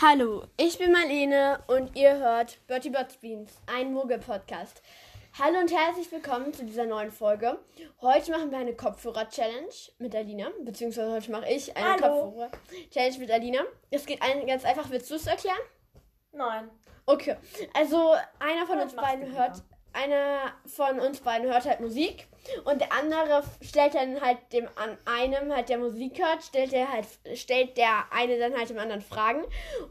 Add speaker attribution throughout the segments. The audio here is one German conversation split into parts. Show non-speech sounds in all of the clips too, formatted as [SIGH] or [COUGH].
Speaker 1: Hallo, ich bin Marlene und ihr hört Bertie Bots Beans, ein Muggel-Podcast. Hallo und herzlich willkommen zu dieser neuen Folge. Heute machen wir eine Kopfhörer-Challenge mit Alina, beziehungsweise heute mache ich eine
Speaker 2: Hallo.
Speaker 1: Kopfhörer-Challenge mit Alina. Es geht ein, ganz einfach, willst du es erklären?
Speaker 2: Nein.
Speaker 1: Okay, also einer von
Speaker 2: Ja,
Speaker 1: uns
Speaker 2: mach's
Speaker 1: beiden
Speaker 2: du
Speaker 1: hört, einer von uns beiden hört halt Musik und der andere stellt dann halt dem an einem halt der Musik hört, stellt der halt stellt der eine dann halt dem anderen Fragen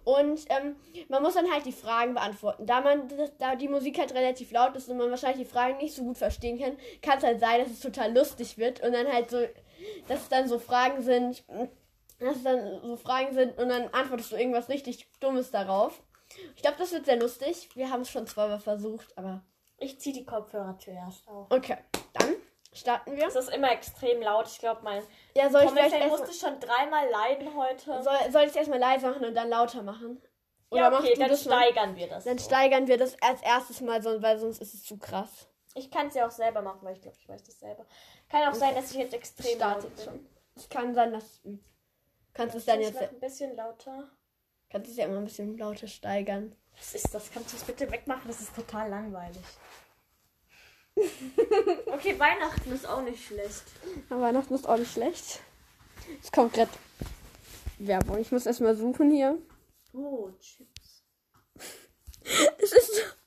Speaker 1: und ähm, man muss dann halt die Fragen beantworten. Da man das, da die Musik halt relativ laut ist und man wahrscheinlich die Fragen nicht so gut verstehen kann, kann es halt sein, dass es total lustig wird und dann halt so, dass es dann so Fragen sind, dass es dann so Fragen sind und dann antwortest du irgendwas richtig Dummes darauf. Ich glaube, das wird sehr lustig. Wir haben es schon zweimal versucht, aber
Speaker 2: Ich ziehe die Kopfhörer zuerst auf.
Speaker 1: okay. Dann starten wir.
Speaker 2: Es ist immer extrem laut. Ich glaube, mein
Speaker 1: Ja, soll ich vielleicht
Speaker 2: Trommelfell
Speaker 1: erstmal
Speaker 2: musste schon dreimal leiden heute.
Speaker 1: soll, soll ich's erstmal leise machen und dann lauter machen? Oder
Speaker 2: ja, okay,
Speaker 1: machst du
Speaker 2: dann
Speaker 1: das mal?
Speaker 2: steigern wir das.
Speaker 1: Dann
Speaker 2: so.
Speaker 1: steigern wir das als erstes mal, so, weil sonst ist es zu krass.
Speaker 2: Ich kann es ja auch selber machen, weil ich glaube, ich weiß das selber. Kann auch sein, dass ich jetzt extrem
Speaker 1: Startet
Speaker 2: laut bin.
Speaker 1: schon. Es kann sein, dass du kannst es
Speaker 2: Ich
Speaker 1: dann
Speaker 2: mach's
Speaker 1: jetzt
Speaker 2: noch ein bisschen lauter.
Speaker 1: kannst es ja immer ein bisschen lauter steigern.
Speaker 2: Was ist das? Kannst du es bitte wegmachen? Das ist total langweilig. [LAUGHS] okay, Weihnachten ist auch nicht schlecht.
Speaker 1: Aber Weihnachten ist auch nicht schlecht. Es kommt gerade Werbung. Ich muss erstmal suchen hier.
Speaker 2: Oh, Chips.
Speaker 1: Es ist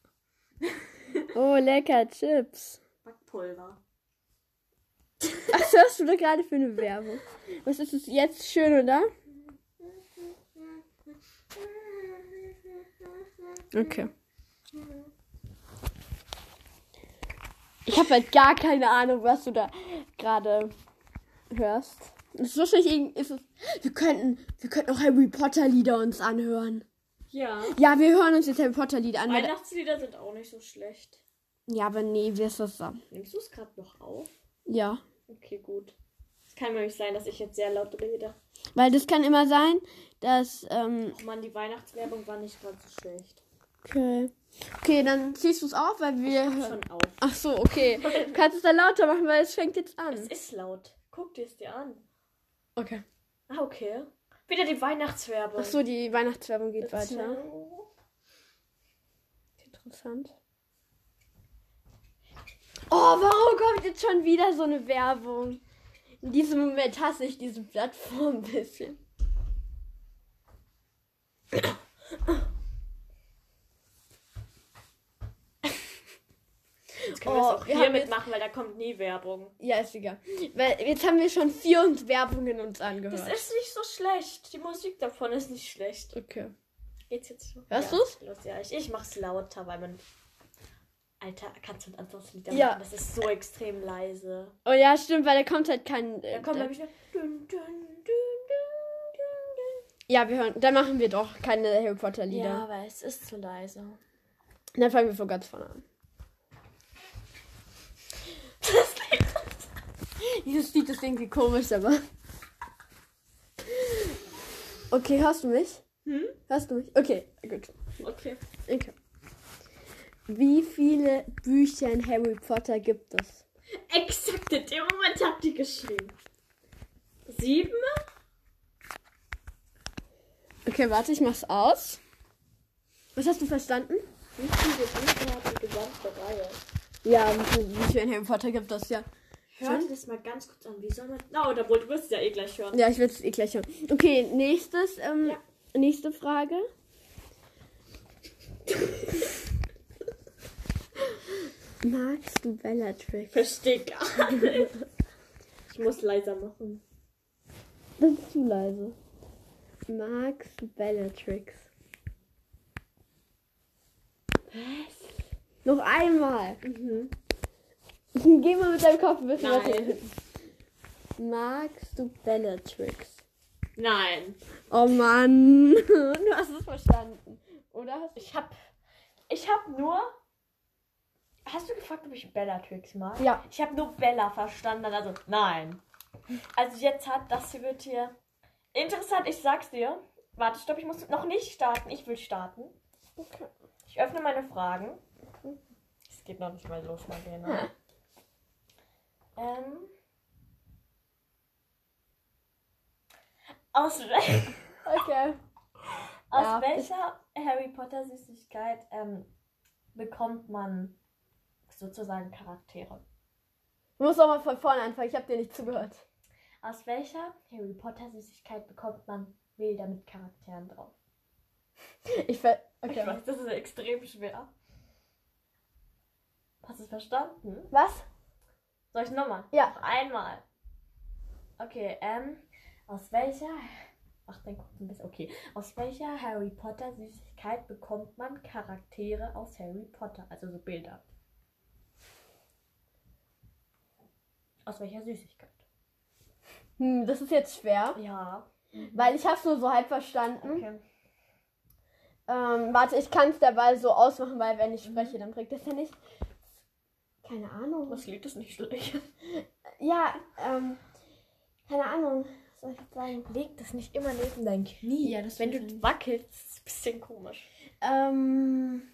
Speaker 1: Oh, lecker Chips.
Speaker 2: [LAUGHS] Backpulver.
Speaker 1: [LAUGHS] Was hörst du da gerade für eine Werbung? Was ist es jetzt schön, oder? Okay. Ich habe halt gar keine Ahnung, was du da gerade hörst. Es ist wahrscheinlich irgend- ist es, wir könnten wir könnten auch Harry Potter Lieder uns anhören.
Speaker 2: Ja.
Speaker 1: Ja, wir hören uns jetzt Harry Potter Lieder an. Weil,
Speaker 2: Weihnachtslieder sind auch nicht so schlecht.
Speaker 1: ja, aber nee, wir ist das dann.
Speaker 2: Nimmst du es gerade noch auf?
Speaker 1: Ja.
Speaker 2: Okay, gut. Es kann nämlich sein, dass ich jetzt sehr laut rede.
Speaker 1: Weil das kann immer sein, dass. Ähm,
Speaker 2: Oh Mann, die Weihnachtswerbung war nicht gerade so schlecht.
Speaker 1: okay. Okay, dann ziehst du es auf, weil wir.
Speaker 2: Schon auf.
Speaker 1: Ach so, okay. Du kannst es dann lauter machen, weil es fängt jetzt
Speaker 2: Es
Speaker 1: an.
Speaker 2: ist laut. Guck dir es dir an.
Speaker 1: Okay.
Speaker 2: Ah, okay. Wieder die Weihnachtswerbung.
Speaker 1: Ach so, die Weihnachtswerbung geht
Speaker 2: Das ist
Speaker 1: weiter.
Speaker 2: ja-
Speaker 1: Interessant. Oh, warum kommt jetzt schon wieder so eine Werbung? In diesem Moment hasse ich diese Plattform ein bisschen.
Speaker 2: Jetzt können wir es
Speaker 1: Oh,
Speaker 2: auch
Speaker 1: wir
Speaker 2: hier
Speaker 1: haben jetzt- Oh
Speaker 2: mitmachen, weil da kommt nie Werbung.
Speaker 1: Ja, ist egal. Weil jetzt haben wir schon 400 Werbungen uns angehört.
Speaker 2: Das ist nicht so schlecht. Die Musik davon ist nicht schlecht.
Speaker 1: okay.
Speaker 2: Geht's jetzt schon?
Speaker 1: Hörst
Speaker 2: ja,
Speaker 1: du's?
Speaker 2: Los, ja, ich, ich mach's lauter, weil man. Alter, kannst du ein anderes Lied
Speaker 1: Ja.
Speaker 2: machen? Das ist so extrem leise.
Speaker 1: Oh ja, stimmt, weil da kommt halt kein. äh,
Speaker 2: Dann kommt
Speaker 1: äh,
Speaker 2: nämlich. Dun, dun, dun, dun, dun,
Speaker 1: Ja, wir hören. Dann machen wir doch keine Harry Potter
Speaker 2: dun.
Speaker 1: Lieder.
Speaker 2: Ja, aber es ist zu [LAUGHS] leise.
Speaker 1: Dann fangen wir von ganz vorne an. Dieses Lied ist irgendwie komisch, aber. Okay, hörst du mich?
Speaker 2: Hm?
Speaker 1: Hörst du mich? Okay, gut.
Speaker 2: Okay.
Speaker 1: Okay. Wie viele Bücher in Harry Potter gibt es?
Speaker 2: Exakt in dem Moment habt ihr geschrieben. Sieben?
Speaker 1: Okay, warte, ich mach's aus. Was hast du verstanden?
Speaker 2: Wie viele Bücher hat die gesamte Reihe?
Speaker 1: Ja, wie viele Bücher in Harry Potter gibt es, ja.
Speaker 2: Hör dir das mal ganz kurz an. Wie soll man. Na, oder wohl, du wirst es ja eh gleich [LAUGHS] hören.
Speaker 1: Ja, ich will es eh gleich hören. Okay, nächstes, ähm,
Speaker 2: Ja.
Speaker 1: nächste [LAUGHS] Frage. Magst du Bellatrix?
Speaker 2: Versteh gar nicht. Ich muss leiser machen.
Speaker 1: Das ist zu leise. Magst du Bellatrix? Was? Noch einmal.
Speaker 2: Mhm.
Speaker 1: [LAUGHS] Geh mal mit deinem Kopf ein bisschen weiter
Speaker 2: Nein.
Speaker 1: hinten. Magst du Bellatrix?
Speaker 2: Nein.
Speaker 1: Oh Mann, [LAUGHS] du hast es verstanden. Oder hast
Speaker 2: Ich hab. Ich hab nur. Hast du gefragt, ob ich Bellatrix mag?
Speaker 1: Ja.
Speaker 2: Ich habe nur Bella verstanden, also nein. Also jetzt hat das hier wird hier interessant. Ich sag's dir. Warte, stopp, ich muss noch nicht starten. Ich will starten.
Speaker 1: Okay.
Speaker 2: Ich öffne meine Fragen. Es geht noch nicht mal los, Marlene.
Speaker 1: Hm.
Speaker 2: ähm. Aus, wel
Speaker 1: Okay.
Speaker 2: Aus
Speaker 1: Ja.
Speaker 2: welcher Harry Potter Süßigkeit ähm, bekommt man sozusagen Charaktere?
Speaker 1: Du musst auch mal von vorne anfangen, ich habe dir nicht zugehört.
Speaker 2: Aus welcher Harry Potter Süßigkeit bekommt man Bilder mit Charakteren drauf?
Speaker 1: Ich ver
Speaker 2: Ich
Speaker 1: okay.
Speaker 2: weiß, das ist extrem schwer. Hast du es verstanden?
Speaker 1: Was?
Speaker 2: Soll ich nochmal?
Speaker 1: Ja.
Speaker 2: Noch einmal. Okay, ähm, aus welcher. Ach, dein Kuchen ist okay. Aus welcher Harry Potter Süßigkeit bekommt man Charaktere aus Harry Potter? Also so Bilder. Aus welcher Süßigkeit?
Speaker 1: Hm, das ist jetzt schwer,
Speaker 2: Ja.
Speaker 1: weil ich hab's nur so halb verstanden.
Speaker 2: Okay.
Speaker 1: Ähm, warte, ich kann's dabei so ausmachen, weil wenn ich spreche, dann bringt das ja nicht. Keine Ahnung.
Speaker 2: Das Lied ist nicht schlecht.
Speaker 1: Ja, ähm, keine Ahnung. Was soll ich jetzt sagen?
Speaker 2: Leg das nicht immer neben dein Knie. Ja, das Wenn du wackelst, ist ein bisschen komisch.
Speaker 1: Ähm,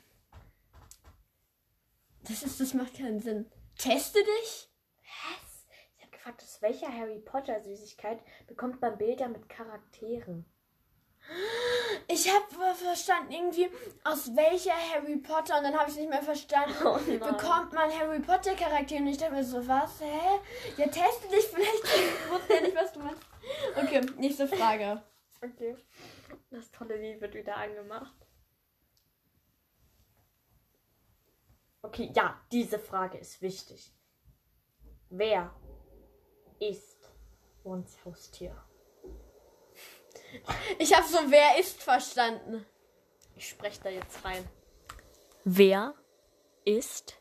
Speaker 1: das ist, das macht keinen Sinn. Teste dich?
Speaker 2: Was? Ich habe gefragt, aus welcher Harry Potter Süßigkeit bekommt man Bilder mit Charakteren?
Speaker 1: Ich habe verstanden irgendwie, aus welcher Harry Potter, und dann habe ich nicht mehr [LAUGHS] verstanden,
Speaker 2: Oh nein.
Speaker 1: bekommt man Harry Potter Charaktere. Und ich dachte mir so, was, hä? Ja, teste dich vielleicht. [LAUGHS] Ich wusste ja nicht, was du meinst. Okay, nächste Frage.
Speaker 2: Okay. Das tolle Lied wird wieder angemacht. Okay, ja, diese Frage ist wichtig. Wer ist uns Haustier?
Speaker 1: Ich habe so Wer ist verstanden.
Speaker 2: Ich spreche da jetzt rein. Wer ist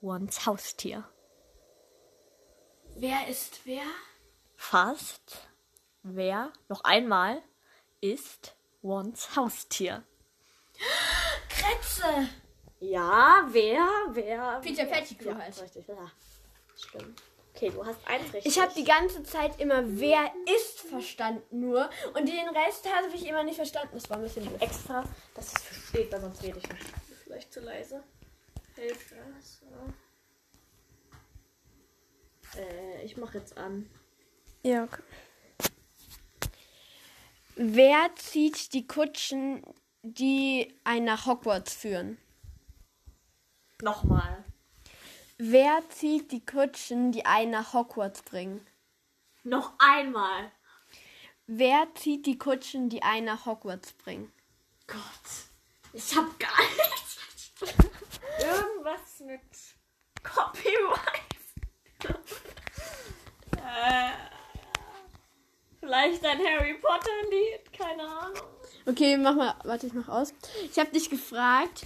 Speaker 2: Ones Haustier?
Speaker 1: Wer ist wer?
Speaker 2: Fast. Wer, noch einmal, ist Ones Haustier?
Speaker 1: Kretze.
Speaker 2: Ja, wer, wer?
Speaker 1: Peter
Speaker 2: wer?
Speaker 1: Pettigrew
Speaker 2: ja,
Speaker 1: halt.
Speaker 2: Richtig, ja. Schlimm. Okay, du hast eins richtig.
Speaker 1: Ich habe die ganze Zeit immer Wer ist verstanden nur. Und den Rest habe ich immer nicht verstanden. Das war ein bisschen blöd.
Speaker 2: extra, dass es versteht, weil sonst rede ich nicht. Vielleicht zu leise. Hilft das? Äh, ich mach jetzt an.
Speaker 1: Ja, okay. Wer zieht die Kutschen, die einen nach Hogwarts führen?
Speaker 2: Nochmal.
Speaker 1: Wer zieht die Kutschen, die einen nach Hogwarts bringen?
Speaker 2: Noch einmal.
Speaker 1: Wer zieht die Kutschen, die einen nach Hogwarts bringen?
Speaker 2: Gott. Ich hab gar nichts. Irgendwas mit Copyright. äh, vielleicht ein Harry Potter Lied, keine Ahnung.
Speaker 1: Okay, mach mal, warte, ich mach aus. Ich habe dich gefragt,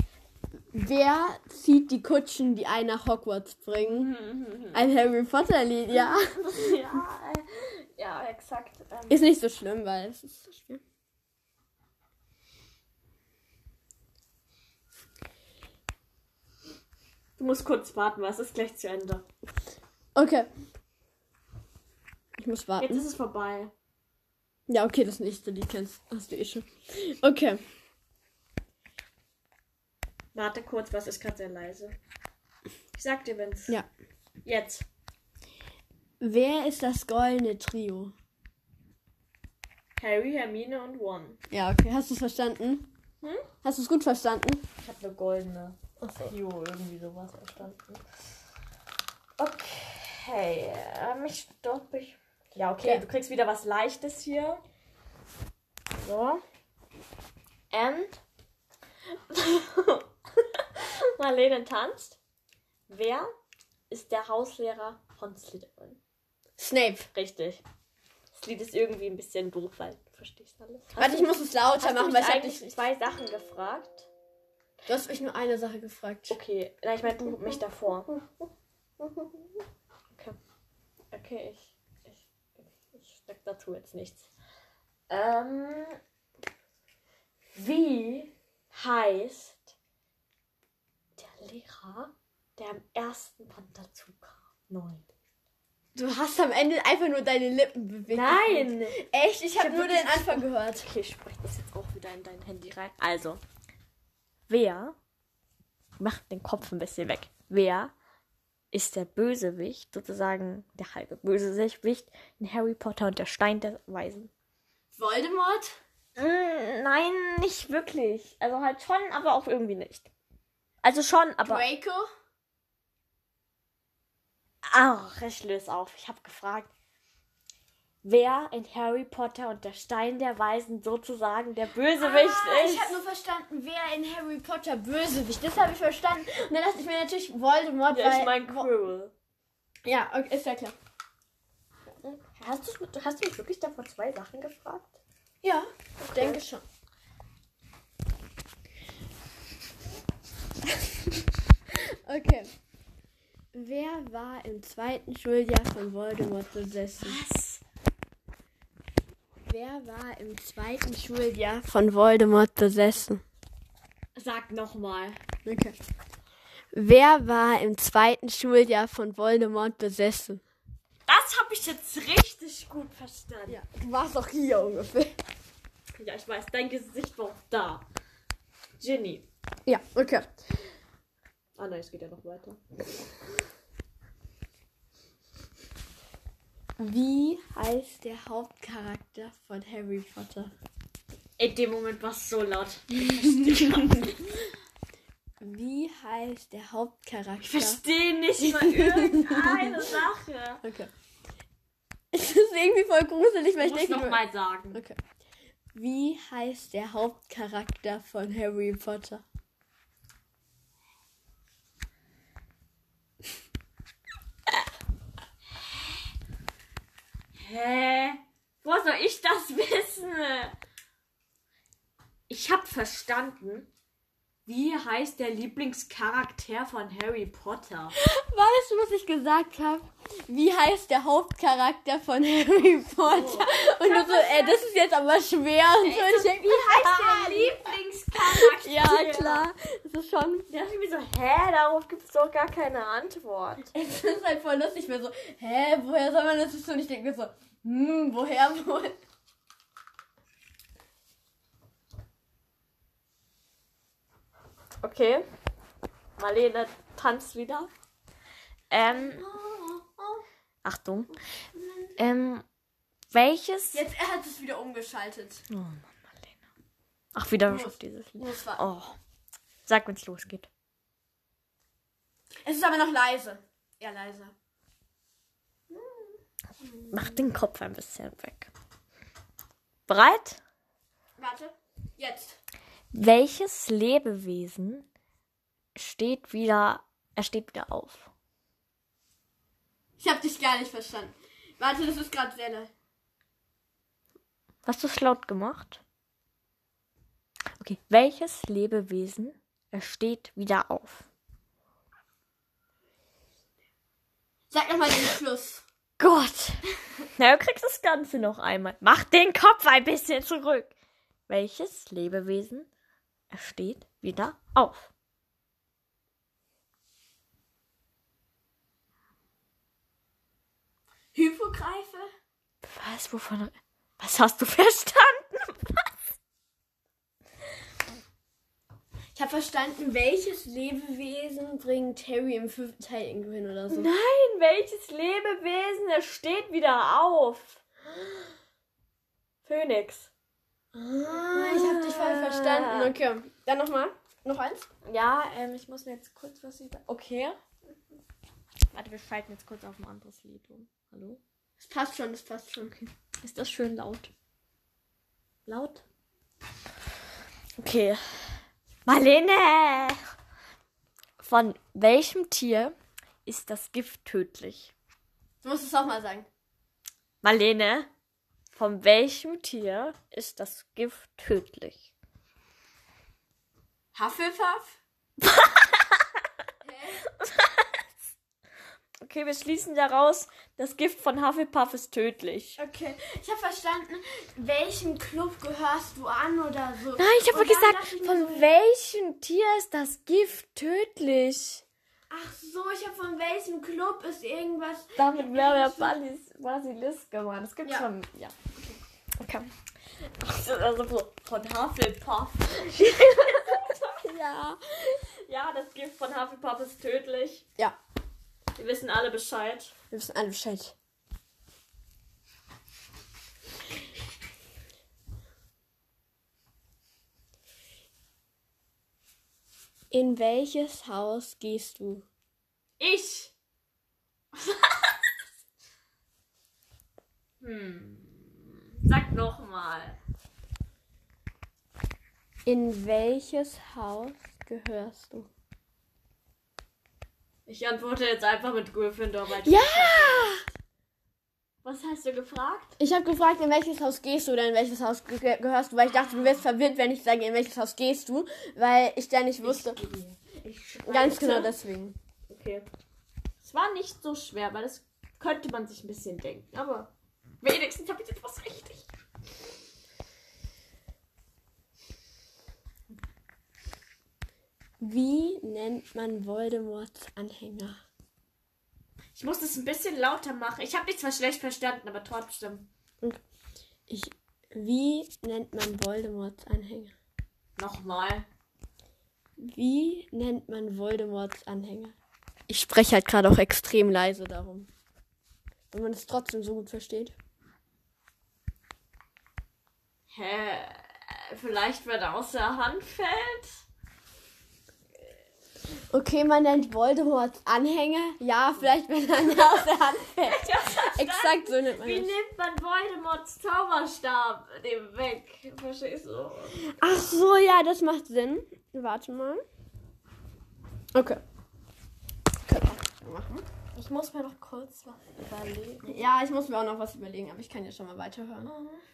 Speaker 1: wer zieht die Kutschen, die einen nach Hogwarts [LAUGHS] bringen? Ein Harry Potter Lied, ja.
Speaker 2: ja, äh, ja, exakt. Ähm,
Speaker 1: Ist nicht so schlimm, weil es ist so schwer.
Speaker 2: Du musst kurz warten, weil es ist gleich zu Ende.
Speaker 1: Okay. Ich muss warten.
Speaker 2: Jetzt ist es vorbei.
Speaker 1: Ja, okay, das nächste Lied kennst hast du eh schon. Okay.
Speaker 2: Warte kurz, was ist gerade sehr leise. Ich sag dir, wenn's.
Speaker 1: Ja.
Speaker 2: Jetzt.
Speaker 1: Wer ist das goldene Trio?
Speaker 2: Harry, Hermine und One.
Speaker 1: Ja, okay. Hast du es verstanden?
Speaker 2: Hm?
Speaker 1: Hast du es gut verstanden?
Speaker 2: Ich hab eine goldene. Jo, irgendwie sowas verstanden. Okay. Ähm, ich stopp ich. Ja, okay,
Speaker 1: Ja.
Speaker 2: du kriegst wieder was Leichtes hier. So. And. [LAUGHS] Marlene tanzt. Wer ist der Hauslehrer von Slytherin?
Speaker 1: Snape.
Speaker 2: Richtig. Das Lied ist irgendwie ein bisschen doof, weil du verstehst alles. Hast
Speaker 1: Warte,
Speaker 2: du
Speaker 1: ich muss es
Speaker 2: hast
Speaker 1: lauter
Speaker 2: du
Speaker 1: machen,
Speaker 2: mich
Speaker 1: weil ich hab
Speaker 2: eigentlich
Speaker 1: dich.
Speaker 2: zwei Sachen gefragt.
Speaker 1: Du hast mich nur eine Sache gefragt.
Speaker 2: Okay, nein, ich meine du mich davor. Okay, okay ich, ich, ich sag dazu jetzt nichts. Ähm, wie heißt der Lehrer, der am ersten Band dazu kam? Neun.
Speaker 1: Du hast am Ende einfach nur deine Lippen bewegt.
Speaker 2: Nein!
Speaker 1: Echt? Ich
Speaker 2: hab
Speaker 1: habe nur
Speaker 2: wirklich-
Speaker 1: den Anfang gehört.
Speaker 2: Okay, ich spreche das jetzt auch wieder in dein Handy rein. Also, wer macht den Kopf ein bisschen weg? Wer ist der Bösewicht, sozusagen der halbe Bösewicht in Harry Potter und der Stein der Weisen?
Speaker 1: Voldemort?
Speaker 2: Mm, Nein, nicht wirklich. Also halt schon, aber auch irgendwie nicht. Also schon, aber.
Speaker 1: Draco?
Speaker 2: Ach, ich löse auf. Ich habe gefragt, wer in Harry Potter und der Stein der Weisen sozusagen der Bösewicht
Speaker 1: Ah,
Speaker 2: ist.
Speaker 1: ich habe nur verstanden, wer in Harry Potter Bösewicht. Das habe ich verstanden. Und dann dachte ich mir natürlich Voldemort.
Speaker 2: ja, ich
Speaker 1: weil-
Speaker 2: mein Quirrell.
Speaker 1: ja okay, ist ja klar.
Speaker 2: Hast du, hast du mich wirklich davor zwei Sachen gefragt?
Speaker 1: Ja, ich denke schon. [LAUGHS] okay. Wer war im zweiten Schuljahr von Voldemort besessen?
Speaker 2: Was?
Speaker 1: Wer war im zweiten Schuljahr von Voldemort besessen?
Speaker 2: Sag nochmal.
Speaker 1: Okay. Wer war im zweiten Schuljahr von Voldemort besessen?
Speaker 2: Das habe ich jetzt richtig gut verstanden.
Speaker 1: Ja, du warst doch hier ungefähr.
Speaker 2: Ja, ich weiß, dein Gesicht war auch da. Ginny.
Speaker 1: Ja, okay.
Speaker 2: Ah nein, es geht ja noch weiter.
Speaker 1: Wie heißt der Hauptcharakter von Harry Potter?
Speaker 2: In dem Moment war es so laut.
Speaker 1: Wie heißt der
Speaker 2: Ich
Speaker 1: Hauptcharakter?
Speaker 2: verstehe nicht [LAUGHS] mal irgendeine Sache.
Speaker 1: [LAUGHS] Okay. Es ist irgendwie voll gruselig, weil ich
Speaker 2: Ich muss
Speaker 1: denke. nur-
Speaker 2: nochmal sagen.
Speaker 1: Okay. Wie heißt der Hauptcharakter von Harry Potter?
Speaker 2: Hä? Wo soll ich das wissen? Ich hab verstanden. Wie heißt der Lieblingscharakter von Harry Potter?
Speaker 1: Weißt du, was ich gesagt habe? Wie heißt der Hauptcharakter von [LAUGHS] Harry Potter?
Speaker 2: Oh.
Speaker 1: Und du so, ey, das ist jetzt aber schwer. Und so, ich denk,
Speaker 2: heißt der Lieblingscharakter?
Speaker 1: Ah, ja, klar. Das ist schon.
Speaker 2: Da dachte ich mir so, hä, darauf gibt's doch gar keine Antwort.
Speaker 1: Es ist halt voll lustig, weil so, hä, woher soll man das wissen? Und ich denke mir so, hm, woher wohl?
Speaker 2: Okay. Marlene tanzt wieder. Ähm. Achtung. Ähm. Welches.
Speaker 1: Jetzt, er hat es wieder umgeschaltet.
Speaker 2: Oh Mann, Marlene. Ach, wieder
Speaker 1: Los.
Speaker 2: auf dieses Lied.
Speaker 1: Muss warten.
Speaker 2: Oh. Sag, wenn's losgeht.
Speaker 1: Es ist aber noch leise. Ja, leiser.
Speaker 2: Mach den Kopf ein bisschen weg. Bereit?
Speaker 1: Warte. Jetzt.
Speaker 2: Welches Lebewesen steht wieder. Er steht wieder auf.
Speaker 1: Ich habe dich gar nicht verstanden. Warte, das ist gerade sehr leise.
Speaker 2: Hast du es laut gemacht? Okay. Welches Lebewesen er steht wieder auf?
Speaker 1: Sag nochmal den Schluss.
Speaker 2: Gott. [LAUGHS] Na, du kriegst das Ganze noch einmal. Mach den Kopf ein bisschen zurück. Welches Lebewesen er steht wieder auf?
Speaker 1: Hypogreife?
Speaker 2: Was? Wovon? Was hast du [LAUGHS] verstanden?
Speaker 1: Ich habe verstanden, welches Lebewesen bringt Harry im fünften Teil irgendwo hin oder so.
Speaker 2: Nein, welches Lebewesen? Er steht wieder auf. [GASPS] Phönix.
Speaker 1: Ah, ich habe dich voll verstanden. Okay. Dann nochmal. Noch eins?
Speaker 2: Ja, ähm, ich muss mir jetzt kurz was über. Okay. Warte, wir schalten jetzt kurz auf ein anderes Lied um. Hallo?
Speaker 1: Das passt schon, das passt schon.
Speaker 2: Ist das schön laut? Laut? Okay. Marlene! Von welchem Tier ist das Gift tödlich?
Speaker 1: Du musst es auch mal sagen.
Speaker 2: Marlene, von welchem Tier ist das Gift tödlich?
Speaker 1: Hufflepuff?
Speaker 2: Okay, wir schließen daraus, das Gift von Hufflepuff ist tödlich.
Speaker 1: Okay. Ich habe verstanden, welchem Club gehörst du an oder so.
Speaker 2: Nein, ich habe
Speaker 1: Und dann
Speaker 2: gesagt,
Speaker 1: dachte ich mir
Speaker 2: von
Speaker 1: so,
Speaker 2: welchem Tier ist das Gift tödlich?
Speaker 1: Ach so, ich habe von welchem Club ist irgendwas.
Speaker 2: Damit wäre ja Balis, Basilisk gemeint. Das gibt's
Speaker 1: Ja.
Speaker 2: schon. Ja. Okay. Also von, von Hufflepuff.
Speaker 1: Ja.
Speaker 2: Ja, das Gift von Hufflepuff ist tödlich.
Speaker 1: Ja,
Speaker 2: Wir wissen alle Bescheid.
Speaker 1: wir wissen alle Bescheid. In welches Haus gehst du?
Speaker 2: [LAUGHS]
Speaker 3: Ich. hm. Sag nochmal.
Speaker 1: In welches Haus gehörst du?
Speaker 3: Ich antworte jetzt einfach mit Gryffindor. Weil
Speaker 1: Ja!
Speaker 3: Was hast du gefragt?
Speaker 1: Ich habe gefragt, in welches Haus gehst du oder in welches Haus ge ge- gehörst du, weil ich dachte, du wirst verwirrt, wenn ich sage, in welches Haus gehst du, weil ich da nicht wusste.
Speaker 3: Ich
Speaker 1: Ganz
Speaker 3: schreibe-
Speaker 1: genau deswegen.
Speaker 3: Okay. Es war nicht so schwer, weil das könnte man sich ein bisschen denken. Aber wenigstens habe ich jetzt was richtig.
Speaker 1: Wie nennt man Voldemorts Anhänger?
Speaker 3: Ich muss das ein bisschen lauter machen. Ich habe dich zwar schlecht verstanden, aber trotzdem.
Speaker 1: Ich, wie nennt man Voldemorts Anhänger?
Speaker 3: Nochmal.
Speaker 1: Wie nennt man Voldemorts Anhänger? Ich spreche halt gerade auch extrem leise darum. Wenn man es trotzdem so gut versteht.
Speaker 3: Hä? Vielleicht, wenn er aus der Hand fällt?
Speaker 1: Okay, man nennt Voldemorts Anhänger. Ja, vielleicht wenn [LAUGHS] er einer aus der Hand fällt. Exakt so nennt man
Speaker 3: Wie
Speaker 1: es.
Speaker 3: nimmt man Voldemorts Zauberstab dem weg? Verstehst du?
Speaker 1: Ach so, ja, das macht Sinn. Warte mal. Okay. Können wir auch machen.
Speaker 3: Ich muss mir noch kurz was überlegen.
Speaker 1: Ja, ich muss mir auch noch was überlegen, aber ich kann ja schon mal weiterhören.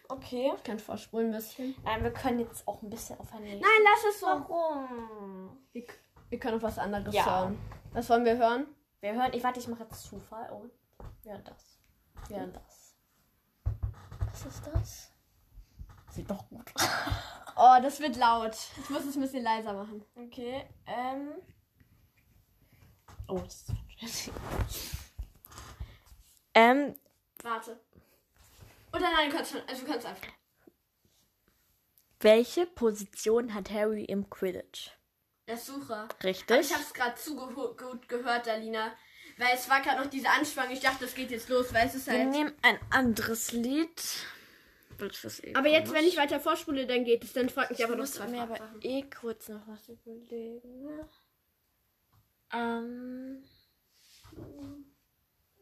Speaker 3: Okay.
Speaker 1: Ich kann vorspulen ein bisschen.
Speaker 3: Nein, wir können jetzt auch ein bisschen aufeinander.
Speaker 1: Nein, lass es so.
Speaker 3: Warum?
Speaker 1: Wir, wir können auf was anderes
Speaker 3: Ja.
Speaker 1: hören. Was wollen wir hören?
Speaker 3: Wir hören. Ich warte, ich mache jetzt Zufall. Oh. Wir hören das. Wir hören das. Was ist das? Sieht doch gut aus.
Speaker 1: Oh, das wird laut. Ich muss es ein bisschen leiser machen.
Speaker 3: Okay. Ähm. Oh, das ist
Speaker 2: Ähm,
Speaker 1: Warte. Oder nein, du kannst schon. Also du kannst einfach.
Speaker 2: welche Position hat Harry im Quidditch?
Speaker 1: Der Sucher. Aber
Speaker 2: Richtig?
Speaker 1: ich hab's gerade zu geho- gut gehört, Alina. Weil es war gerade noch diese Anspannung. Ich dachte, das geht jetzt los, weil es ist
Speaker 2: Wir
Speaker 1: halt.
Speaker 2: nehmen ein anderes Lied. Welches eh
Speaker 1: Aber jetzt,
Speaker 2: komisch.
Speaker 1: wenn ich weiter vorspule, dann geht es. Dann fragt mich aber noch
Speaker 2: muss
Speaker 1: zwei
Speaker 2: mir aber
Speaker 1: Fragen.
Speaker 2: eh kurz noch was überlegen. ne? Ähm.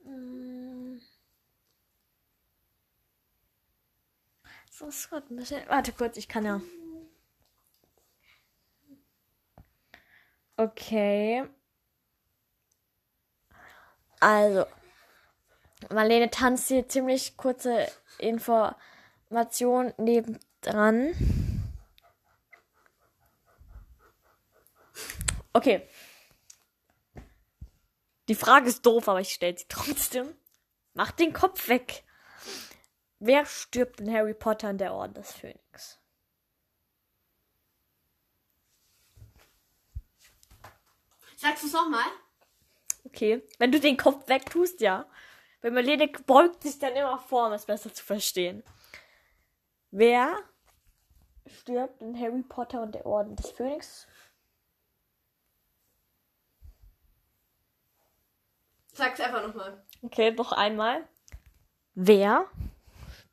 Speaker 2: mm. So, es wird ein bisschen. Warte kurz, ich kann ja. Okay. Also. Marlene tanzt hier ziemlich kurze Information nebendran. Okay. Die Frage ist doof, aber ich stelle sie trotzdem. Mach den Kopf weg. Wer stirbt in Harry Potter in der Orden des Phönix?
Speaker 1: Sagst du es nochmal?
Speaker 2: Okay. Wenn du den Kopf wegtust, ja. Wenn Marlene beugt sich dann immer vor, um es besser zu verstehen. Wer stirbt in Harry Potter und der Orden des Phönix?
Speaker 1: Sag's einfach nochmal.
Speaker 2: Okay, noch einmal. Wer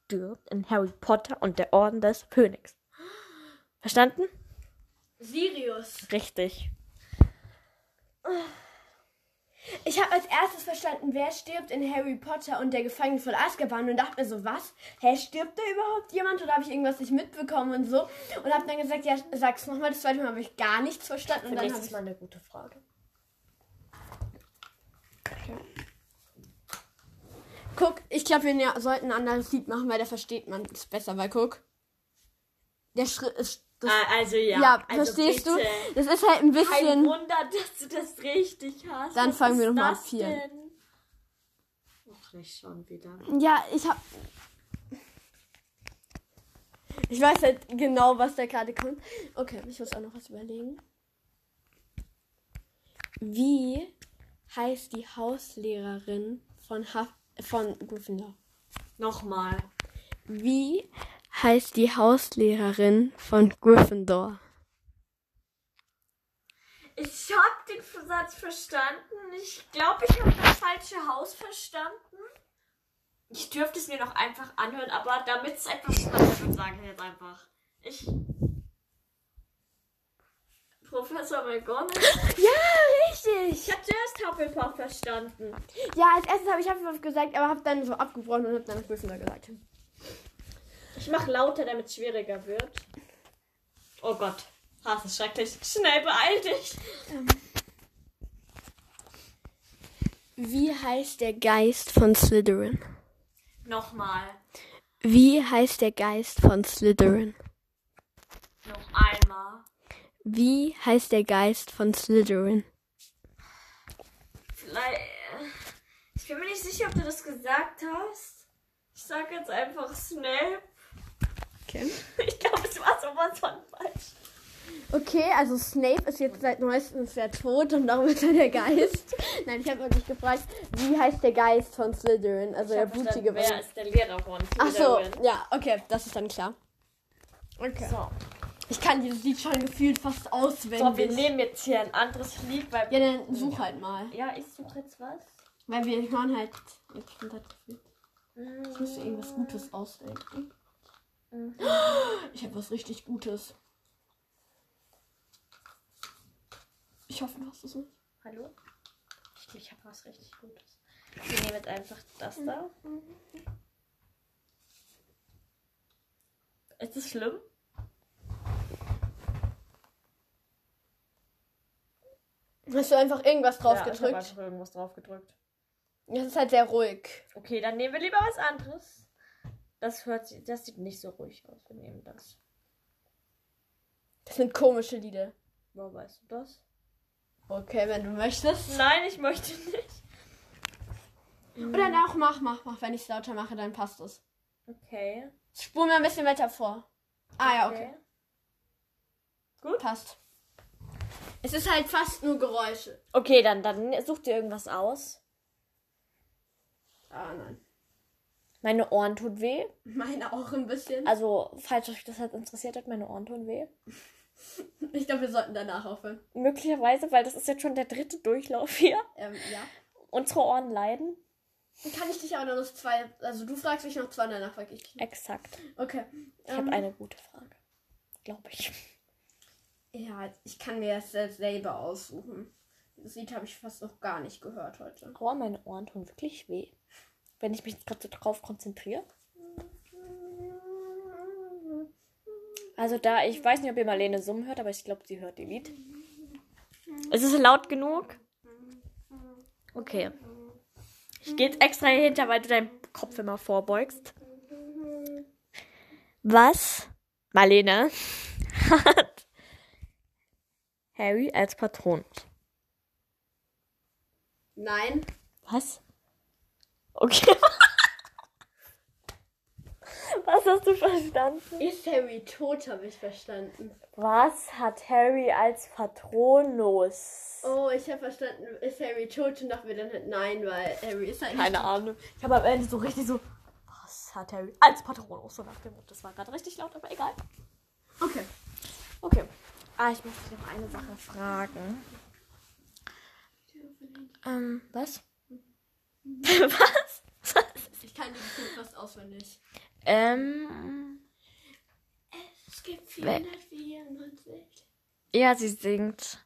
Speaker 2: stirbt in Harry Potter und der Orden des Phönix? Verstanden?
Speaker 1: Sirius.
Speaker 2: Richtig.
Speaker 1: Ich habe als erstes verstanden, wer stirbt in Harry Potter und der Gefangene von Azkaban und dachte mir so, was? Hä, stirbt da überhaupt jemand oder habe ich irgendwas nicht mitbekommen und so? Und habe dann gesagt, ja, sag's nochmal. Das zweite Mal habe ich gar nichts verstanden und dann habe ich
Speaker 3: Mal eine gute Frage.
Speaker 1: Guck, ich glaube, wir ne- sollten ein anderes Lied machen, weil da versteht man es besser, weil guck. Der Schritt ist. Das,
Speaker 3: Also ja.
Speaker 1: ja,
Speaker 3: also
Speaker 1: verstehst
Speaker 3: bitte.
Speaker 1: du? Das ist halt ein
Speaker 3: Kein
Speaker 1: bisschen.
Speaker 3: Wunder, dass du das richtig hast.
Speaker 1: Dann
Speaker 3: Was
Speaker 1: fangen wir
Speaker 3: ist
Speaker 1: noch mal an
Speaker 3: das
Speaker 1: vier.
Speaker 3: denn? Och, nicht schon wieder.
Speaker 1: Ja, ich hab. Ich weiß halt genau, was da gerade kommt. Okay, ich muss auch noch was überlegen. Wie heißt die Hauslehrerin von, Huff von Gryffindor?
Speaker 3: Nochmal.
Speaker 1: Wie heißt die Hauslehrerin von Gryffindor?
Speaker 3: Ich habe den Satz verstanden. Ich glaube, ich habe das falsche Haus verstanden. Ich dürfte es mir noch einfach anhören, aber damit es etwas spannender wird, sage ich jetzt einfach. Ich Professor McGonagall.
Speaker 1: Richtig.
Speaker 2: Ich habe zuerst Hufflepuff verstanden.
Speaker 1: Ja, als erstes habe ich Hufflepuff gesagt, aber habe dann so abgebrochen und habe dann Gryffindor gesagt.
Speaker 2: Ich mache lauter, damit es schwieriger wird. Oh Gott. Hass ist schrecklich. Schnell beeil dich.
Speaker 1: Wie heißt der Geist von Slytherin?
Speaker 2: Nochmal.
Speaker 1: Wie heißt der Geist von Slytherin?
Speaker 2: Noch einmal.
Speaker 1: Wie heißt der Geist von Slytherin?
Speaker 2: Vielleicht. Ich bin mir nicht sicher, ob du das gesagt hast. Ich sag jetzt einfach Snape.
Speaker 1: Okay.
Speaker 2: [LAUGHS] Ich glaube, es war sowas von falsch.
Speaker 1: Okay, also Snape ist jetzt seit neuestem ja tot und darum ist er der
Speaker 2: [LAUGHS]
Speaker 1: Geist. Nein, ich habe wirklich gefragt, wie heißt der Geist von Slytherin? Also
Speaker 2: Ich
Speaker 1: der
Speaker 2: hab verstanden,
Speaker 1: blutige
Speaker 2: Wer
Speaker 1: Mann.
Speaker 2: ist der Lehrer von
Speaker 1: Ach so,
Speaker 2: Slytherin?
Speaker 1: ja, okay, das ist dann klar. Okay.
Speaker 2: So.
Speaker 1: Ich kann dieses Lied schon gefühlt fast
Speaker 2: So, wir
Speaker 1: auswendig.
Speaker 2: nehmen jetzt hier ein anderes Lied, weil.
Speaker 1: ja, dann such halt mal.
Speaker 3: Ja, ich suche jetzt was.
Speaker 1: Weil wir hören halt jetzt schon seit gefühlt. Ich müsste irgendwas Gutes ausdenken. Mhm. Ich habe was richtig Gutes. Ich hoffe, du hast es nicht.
Speaker 3: Hallo? Ich glaube, ich habe was richtig Gutes. Wir nehmen jetzt einfach das da.
Speaker 2: Ist das schlimm?
Speaker 1: Hast du einfach irgendwas drauf
Speaker 2: Ja, ich hab
Speaker 1: gedrückt?
Speaker 2: einfach irgendwas drauf gedrückt.
Speaker 1: Das ist halt sehr ruhig.
Speaker 2: Okay, dann nehmen wir lieber was anderes. Das hört sich, das sieht nicht so ruhig aus. Wir nehmen das.
Speaker 1: Das sind komische Lieder.
Speaker 2: Wo weißt du das?
Speaker 1: Okay, wenn du möchtest.
Speaker 2: Nein, ich möchte nicht.
Speaker 1: Oder na, auch mach, mach, mach. Wenn ich es lauter mache, dann passt es.
Speaker 2: Okay.
Speaker 1: Spul mir ein bisschen weiter vor. Ah ja, okay. Passt. Es ist halt fast nur Geräusche.
Speaker 2: Okay, dann, dann such dir irgendwas aus.
Speaker 1: Ah nein.
Speaker 2: Meine Ohren tut weh.
Speaker 1: Meine auch ein bisschen.
Speaker 2: Also, falls euch das jetzt interessiert hat, meine Ohren tun weh.
Speaker 1: Ich glaube, wir sollten danach aufhören.
Speaker 2: Möglicherweise, weil das ist jetzt schon der dritte Durchlauf hier.
Speaker 1: Ähm, ja.
Speaker 2: Unsere Ohren leiden.
Speaker 1: Dann kann ich dich auch noch zwei. Also du fragst mich noch zwei, danach frag ich.
Speaker 2: Exakt.
Speaker 1: Okay.
Speaker 2: Ich habe eine gute Frage. Glaube ich.
Speaker 1: Ja, ich kann mir das selbst selber aussuchen. Das Lied habe ich fast noch gar nicht gehört heute.
Speaker 2: Aua, meine Ohren tun wirklich weh. Wenn ich mich jetzt gerade so drauf konzentriere. Also da, ich weiß nicht, ob ihr Marlene summen hört, aber ich glaube, sie hört ihr Lied. Ist es laut genug? Okay. Ich gehe jetzt extra hier hinter, weil du deinen Kopf immer vorbeugst. Was? Marlene [LAUGHS] hat Harry als Patron.
Speaker 1: Nein.
Speaker 2: Was? Okay. [LAUGHS] Was hast du verstanden?
Speaker 1: Ist Harry tot, habe ich verstanden.
Speaker 2: Was hat Harry als Patronus?
Speaker 1: Oh, ich habe verstanden, ist Harry tot und dachte mir dann halt nein, weil Harry ist halt
Speaker 2: Keine Ahnung. Ich habe am Ende so richtig so. Was hat Harry als Patronus? So nach dem Motto. Das war gerade richtig laut, aber egal.
Speaker 1: Okay.
Speaker 2: Okay. Ah, ich muss dich noch eine Sache fragen. Ähm, was? was?
Speaker 1: Ich kann dieses Lied fast auswendig.
Speaker 2: Ähm.
Speaker 1: Es gibt 494.
Speaker 2: Ja, sie singt.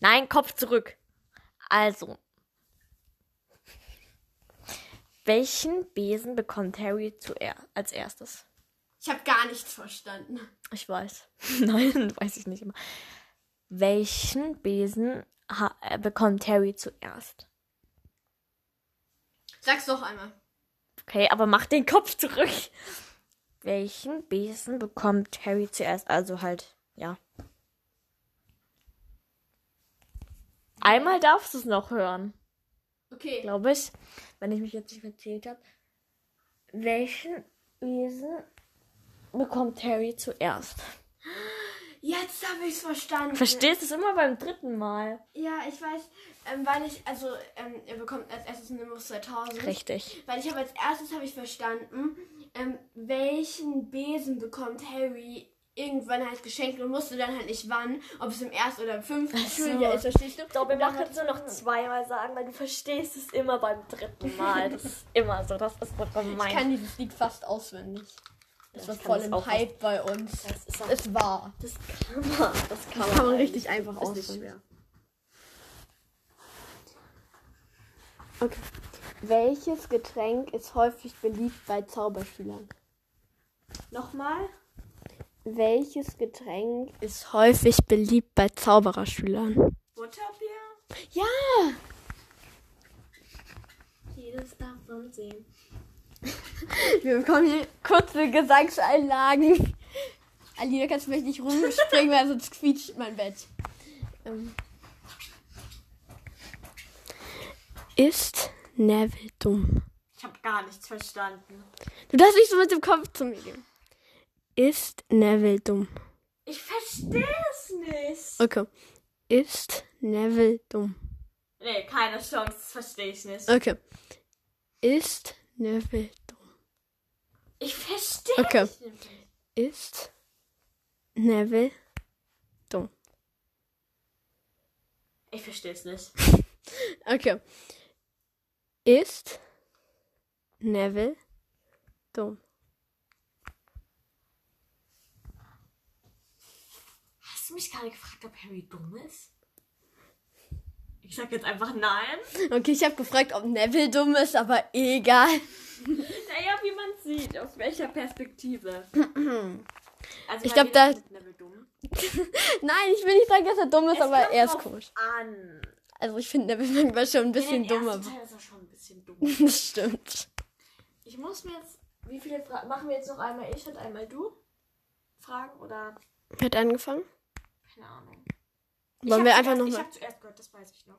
Speaker 2: Nein, Kopf zurück. Also. Welchen Besen bekommt Harry zuer als erstes?
Speaker 1: Ich habe gar nichts verstanden.
Speaker 2: Ich weiß. [LAUGHS] Nein, weiß ich nicht immer. Welchen Besen ha äh, bekommt Harry zuerst?
Speaker 1: Sag's doch einmal.
Speaker 2: Okay, aber mach den Kopf zurück. Welchen Besen bekommt Harry zuerst? Also halt, ja. Einmal darfst du es noch hören.
Speaker 1: Okay.
Speaker 2: glaube ich, wenn ich mich jetzt nicht verzählt habe. Welchen Besen bekommt Harry zuerst?
Speaker 1: Jetzt habe ich's verstanden.
Speaker 2: Verstehst du es immer beim dritten Mal?
Speaker 1: Ja, ich weiß, ähm, weil ich, also, ähm, er bekommt als erstes Nimbus 2000.
Speaker 2: Richtig.
Speaker 1: Weil ich habe als erstes, habe ich verstanden, ähm, welchen Besen bekommt Harry irgendwann halt geschenkt und wusste dann halt nicht wann, ob es im ersten oder im fünften
Speaker 2: so.
Speaker 1: Schuljahr ist, verstehst du?
Speaker 2: glaube, wir
Speaker 1: Und dann
Speaker 2: machen es nur noch zweimal sagen, weil du verstehst es [LAUGHS] immer beim dritten Mal. Das ist immer so. Das ist
Speaker 1: Ich
Speaker 2: gemein.
Speaker 1: kann dieses Lied fast auswendig. Das
Speaker 2: Ja,
Speaker 1: war
Speaker 2: ich kann
Speaker 1: voll
Speaker 2: das
Speaker 1: im
Speaker 2: auch
Speaker 1: Hype bei uns.
Speaker 2: Das ist auch,
Speaker 1: Es war.
Speaker 2: das kann man. Das kann man,
Speaker 1: Das kann man richtig einfach
Speaker 2: Ist nicht
Speaker 1: ausführen.
Speaker 2: schwer.
Speaker 1: Okay. Welches Getränk ist häufig beliebt bei Zauberschülern?
Speaker 2: Nochmal?
Speaker 1: Welches Getränk ist häufig beliebt bei Zaubererschülern?
Speaker 2: Butterbier?
Speaker 1: Ja!
Speaker 2: Jedes davon sehen.
Speaker 1: Wir bekommen hier kurze Gesangseinlagen. Alina, kannst du vielleicht nicht rumspringen, weil sonst quietscht mein Bett. Ähm. Ist Neville dumm?
Speaker 2: Ich habe gar nichts verstanden.
Speaker 1: Du darfst nicht so mit dem Kopf zu mir gehen. Ist Neville dumm?
Speaker 2: Ich verstehe es nicht.
Speaker 1: Okay. Ist Neville dumm?
Speaker 2: Nee, keine Chance, das verstehe ich nicht.
Speaker 1: Okay. Ist Neville dumm?
Speaker 2: Ich verstehe
Speaker 1: Okay.
Speaker 2: es nicht.
Speaker 1: Ist Neville dumm?
Speaker 2: Ich verstehe es nicht.
Speaker 1: Okay. Ist Neville dumm?
Speaker 2: Hast du mich gerade gefragt, ob Harry dumm ist? Ich sag jetzt einfach nein.
Speaker 1: Okay, ich habe gefragt, ob Neville dumm ist, aber egal. [LAUGHS]
Speaker 2: Naja, wie man sieht, aus welcher Perspektive. Also
Speaker 1: Ich
Speaker 2: bei
Speaker 1: glaub,
Speaker 2: mir
Speaker 1: da-
Speaker 2: ist Neville dumm.
Speaker 1: Nein, ich will nicht sagen, dass er dumm ist,
Speaker 2: Es
Speaker 1: aber
Speaker 2: kommt
Speaker 1: er ist
Speaker 2: drauf
Speaker 1: komisch.
Speaker 2: An.
Speaker 1: Also ich finde Neville manchmal schon ein bisschen
Speaker 2: Nee, den
Speaker 1: dumm,
Speaker 2: ersten
Speaker 1: aber
Speaker 2: Teil ist er schon ein bisschen dumm.
Speaker 1: [LAUGHS] das stimmt.
Speaker 2: Ich muss mir jetzt. Wie viele Fragen. Machen wir jetzt noch einmal ich und einmal du? Fragen oder.
Speaker 1: Wer Hat angefangen?
Speaker 2: Keine Ahnung.
Speaker 1: Wollen wir einfach
Speaker 2: Ich
Speaker 1: nochmal.
Speaker 2: habe zuerst gehört, das weiß ich noch.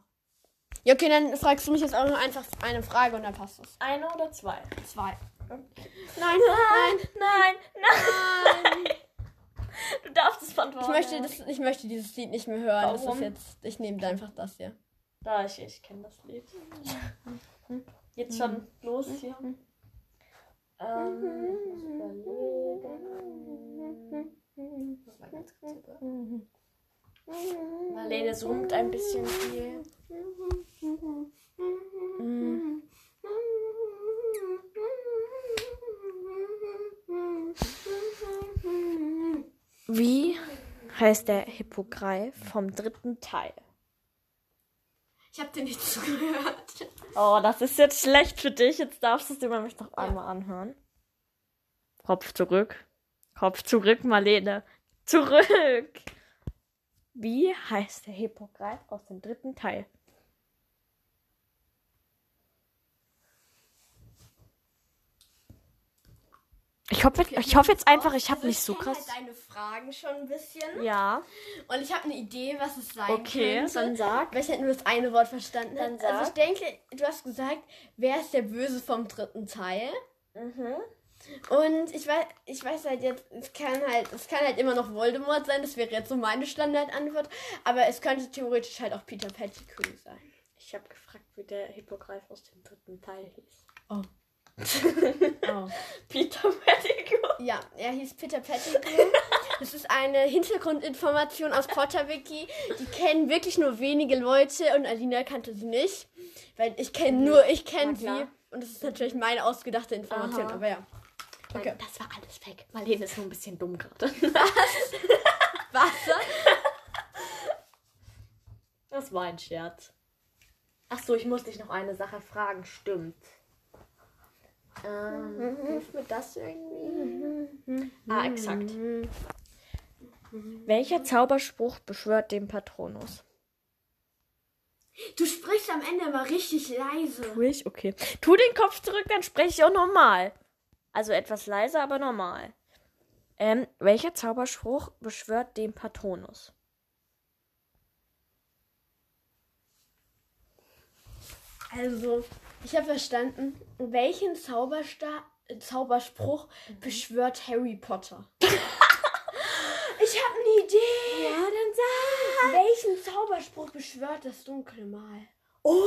Speaker 1: Ja, okay, dann fragst du mich jetzt auch noch einfach eine Frage und dann passt es.
Speaker 3: Eine oder zwei?
Speaker 1: Zwei.
Speaker 2: Nein, nein, nein, nein.
Speaker 3: Du darfst es von
Speaker 1: Ich möchte, das, ich möchte dieses Lied nicht mehr hören. Das ist
Speaker 3: Warum?
Speaker 1: jetzt. Ich nehme einfach das hier.
Speaker 3: Da, ich, ich kenne das Lied.
Speaker 2: [LAUGHS]
Speaker 3: Jetzt schon los
Speaker 2: Mhm.
Speaker 3: hier. Ähm, ich muss überlegen. Muss mal ganz kurz über- Marlene summt ein bisschen viel.
Speaker 2: Mhm. Wie heißt der Hippogreif vom dritten Teil?
Speaker 1: Ich habe dir nicht zugehört.
Speaker 2: Oh, das ist jetzt schlecht für dich. Jetzt darfst du es dir nämlich noch einmal anhören. Kopf zurück. Kopf zurück, Marlene. Zurück! Wie heißt der Hippogreif aus dem dritten Teil? Ich hoffe, ich hoffe jetzt einfach, ich habe
Speaker 1: Also
Speaker 2: nicht so
Speaker 1: kenn
Speaker 2: krass.
Speaker 1: Halt deine Fragen schon ein bisschen.
Speaker 2: Ja.
Speaker 1: Und ich habe eine Idee, was es sein
Speaker 2: Okay,
Speaker 1: könnte.
Speaker 2: dann sag.
Speaker 1: Weil ich halt nur das eine Wort verstanden
Speaker 2: Dann
Speaker 1: habe. Also ich
Speaker 2: sag.
Speaker 1: denke, du hast gesagt, wer ist der Böse vom dritten Teil?
Speaker 2: Mhm.
Speaker 1: Und ich weiß, ich weiß halt jetzt, es kann halt, es kann halt immer noch Voldemort sein, das wäre jetzt so meine Standardantwort, aber es könnte theoretisch halt auch Peter Pettigrew sein.
Speaker 2: Ich habe gefragt, wie der Hippogreif aus dem dritten Teil hieß. [LAUGHS]
Speaker 1: Oh.
Speaker 2: Peter Pettigrew.
Speaker 1: Ja, er hieß Peter
Speaker 2: [LAUGHS]
Speaker 1: Pettigrew. Das ist eine Hintergrundinformation aus Potterwiki. Die kennen wirklich nur wenige Leute und Alina kannte sie nicht. Weil ich kenne nur, ich kenne
Speaker 2: Mhm. Na klar.
Speaker 1: sie. Und das ist natürlich meine ausgedachte Information,
Speaker 2: Aha.
Speaker 1: aber ja. Okay.
Speaker 2: Okay. Das war alles weg. Marlene ist nur ein bisschen dumm [LAUGHS] gerade.
Speaker 1: Wasser?
Speaker 2: Das war ein Scherz. Ach so, ich muss dich noch eine Sache fragen. Stimmt. Ähm, hilft mir das irgendwie? Ah, exakt. Welcher Zauberspruch beschwört den Patronus?
Speaker 1: Du sprichst am Ende mal richtig leise.
Speaker 2: Tu ich? Okay. Tu den Kopf zurück, dann spreche ich auch normal. Also etwas leiser, aber normal. Ähm, welcher Zauberspruch beschwört den Patronus?
Speaker 1: Also, ich habe verstanden, welchen Zaubersta äh, Zauberspruch beschwört Harry Potter? [LAUGHS] ich habe eine Idee. Ja, dann sag. Welchen Zauberspruch beschwört das dunkle Mal?
Speaker 2: Und?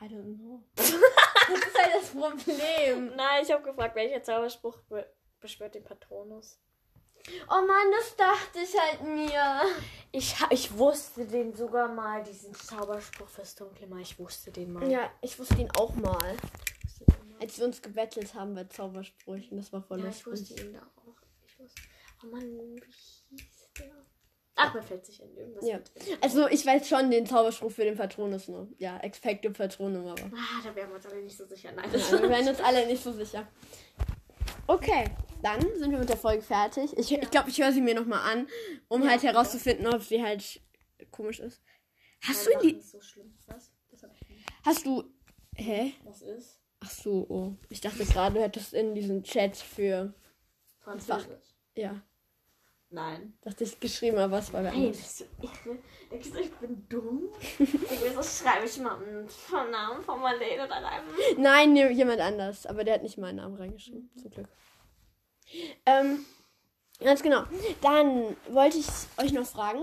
Speaker 1: I don't [LAUGHS] know. das ist halt das Problem.
Speaker 2: Nein, ich habe gefragt, welcher Zauberspruch be beschwört den Patronus?
Speaker 1: Oh Mann, das dachte ich halt mir.
Speaker 2: Ich, ha- ich wusste den sogar mal, diesen Zauberspruch fürs dunkle Mal. Ich wusste den mal.
Speaker 1: Ja, ich wusste ihn auch mal.
Speaker 2: Ich wusste den mal.
Speaker 1: Als wir uns gebettelt haben bei Zaubersprüchen, das war voll
Speaker 2: Ja, ich
Speaker 1: lustig.
Speaker 2: wusste ihn da auch. Ich wusste. Oh Mann, wie hieß der? Ach, man fällt sich in irgendwas.
Speaker 1: Ja.
Speaker 2: mit-
Speaker 1: Also ich weiß schon den Zauberspruch für den Patronus nur. Ja, Expecto Patronum aber.
Speaker 2: Ah, da wären wir uns alle nicht so sicher. [LAUGHS] Nein.
Speaker 1: Ja, wir werden uns alle nicht so sicher. Okay, dann sind wir mit der Folge fertig. Ich glaube, ich, glaub, ich höre sie mir nochmal an, um
Speaker 2: Ja,
Speaker 1: halt
Speaker 2: bitte.
Speaker 1: herauszufinden, ob sie halt komisch ist. Hast
Speaker 2: Nein,
Speaker 1: du
Speaker 2: Lachen
Speaker 1: die.
Speaker 2: ist So schlimm. Was? Das hab ich nicht.
Speaker 1: Hast du. Hä?
Speaker 2: Was ist?
Speaker 1: Ach so, oh. Ich dachte gerade, du hättest in diesem Chat für.
Speaker 2: Französisch.
Speaker 1: Ja.
Speaker 2: Nein.
Speaker 1: Dachte ich geschrieben, aber es war
Speaker 2: Hey,
Speaker 1: hey.
Speaker 2: bist du irre? Denkst du, ich bin dumm? Irgendwie so schreibe ich mal einen Namen von Marlene da rein.
Speaker 1: Nein, nee, jemand anders. Aber der hat nicht meinen Namen reingeschrieben, zum Glück. Ähm, ganz genau. Dann wollte ich euch noch fragen,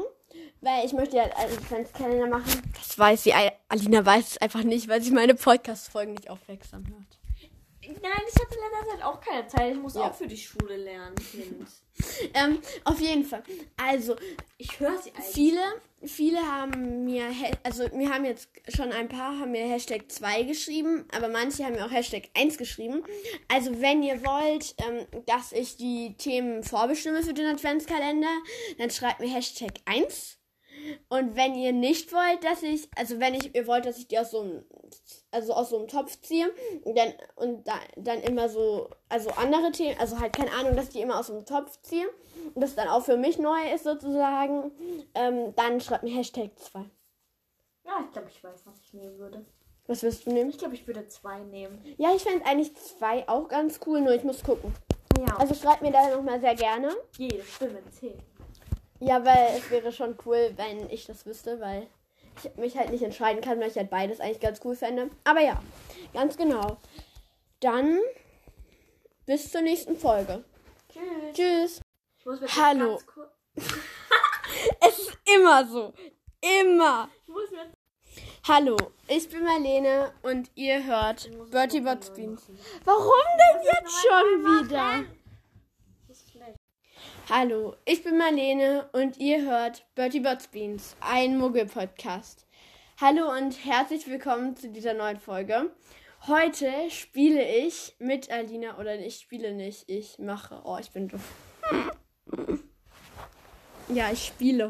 Speaker 1: weil ich möchte ja einen Adventskalender machen. Das weiß sie. Al- Alina weiß es einfach nicht, weil sie meine Podcast-Folgen nicht aufmerksam hört.
Speaker 2: Nein, ich hatte in letzter Zeit auch keine Zeit. Ich muss
Speaker 1: Ja.
Speaker 2: auch für die Schule lernen, Kind.
Speaker 1: Ähm, auf jeden Fall. Also,
Speaker 2: Ich höre sie eigentlich.
Speaker 1: Viele, viele haben mir, Ha- also mir haben jetzt schon ein paar haben mir Hashtag 2 geschrieben, aber manche haben mir auch Hashtag 1 geschrieben. Also wenn ihr wollt, ähm, dass ich die Themen vorbestimme für den Adventskalender, dann schreibt mir Hashtag 1. Und wenn ihr nicht wollt, dass ich, also wenn ich, ihr wollt, dass ich die aus so einem, also aus so einem Topf ziehe, dann, und da, dann immer so, also andere Themen, also halt keine Ahnung, dass ich die immer aus so einem Topf ziehe und das dann auch für mich neu ist sozusagen, ähm, dann schreibt mir Hashtag 2.
Speaker 2: Ja, ich glaube, ich weiß, was ich nehmen würde.
Speaker 1: Was wirst du nehmen?
Speaker 2: Ich glaube, ich würde zwei nehmen.
Speaker 1: Ja, ich fände eigentlich 2 auch ganz cool, nur ich muss gucken.
Speaker 2: Ja. Also
Speaker 1: Also schreibt mir da nochmal sehr gerne.
Speaker 2: jede Stimme zählt.
Speaker 1: Ja, weil es wäre schon cool, wenn ich das wüsste, weil ich mich halt nicht entscheiden kann, weil ich halt beides eigentlich ganz cool fände. Aber ja, ganz genau. Dann bis zur nächsten Folge.
Speaker 2: Tschüss.
Speaker 1: Tschüss.
Speaker 2: Ich muss mir jetzt
Speaker 1: Hallo.
Speaker 2: ganz kurz-
Speaker 1: Es ist immer so. Immer.
Speaker 2: Ich muss mir jetzt
Speaker 1: Hallo, ich bin Marlene und ihr hört
Speaker 2: Ich muss
Speaker 1: Bertie
Speaker 2: gucken,
Speaker 1: Bots
Speaker 2: neu
Speaker 1: Beans.
Speaker 2: machen.
Speaker 1: Warum denn jetzt schon wieder?
Speaker 2: Das ist schlecht.
Speaker 1: Hallo, ich bin Marlene und ihr hört Bertie Bots Beans, ein Muggel-Podcast. Hallo und herzlich willkommen zu dieser neuen Folge. Heute spiele ich mit Alina oder ich spiele nicht, ich mache. Oh, ich bin doof. Ja, ich spiele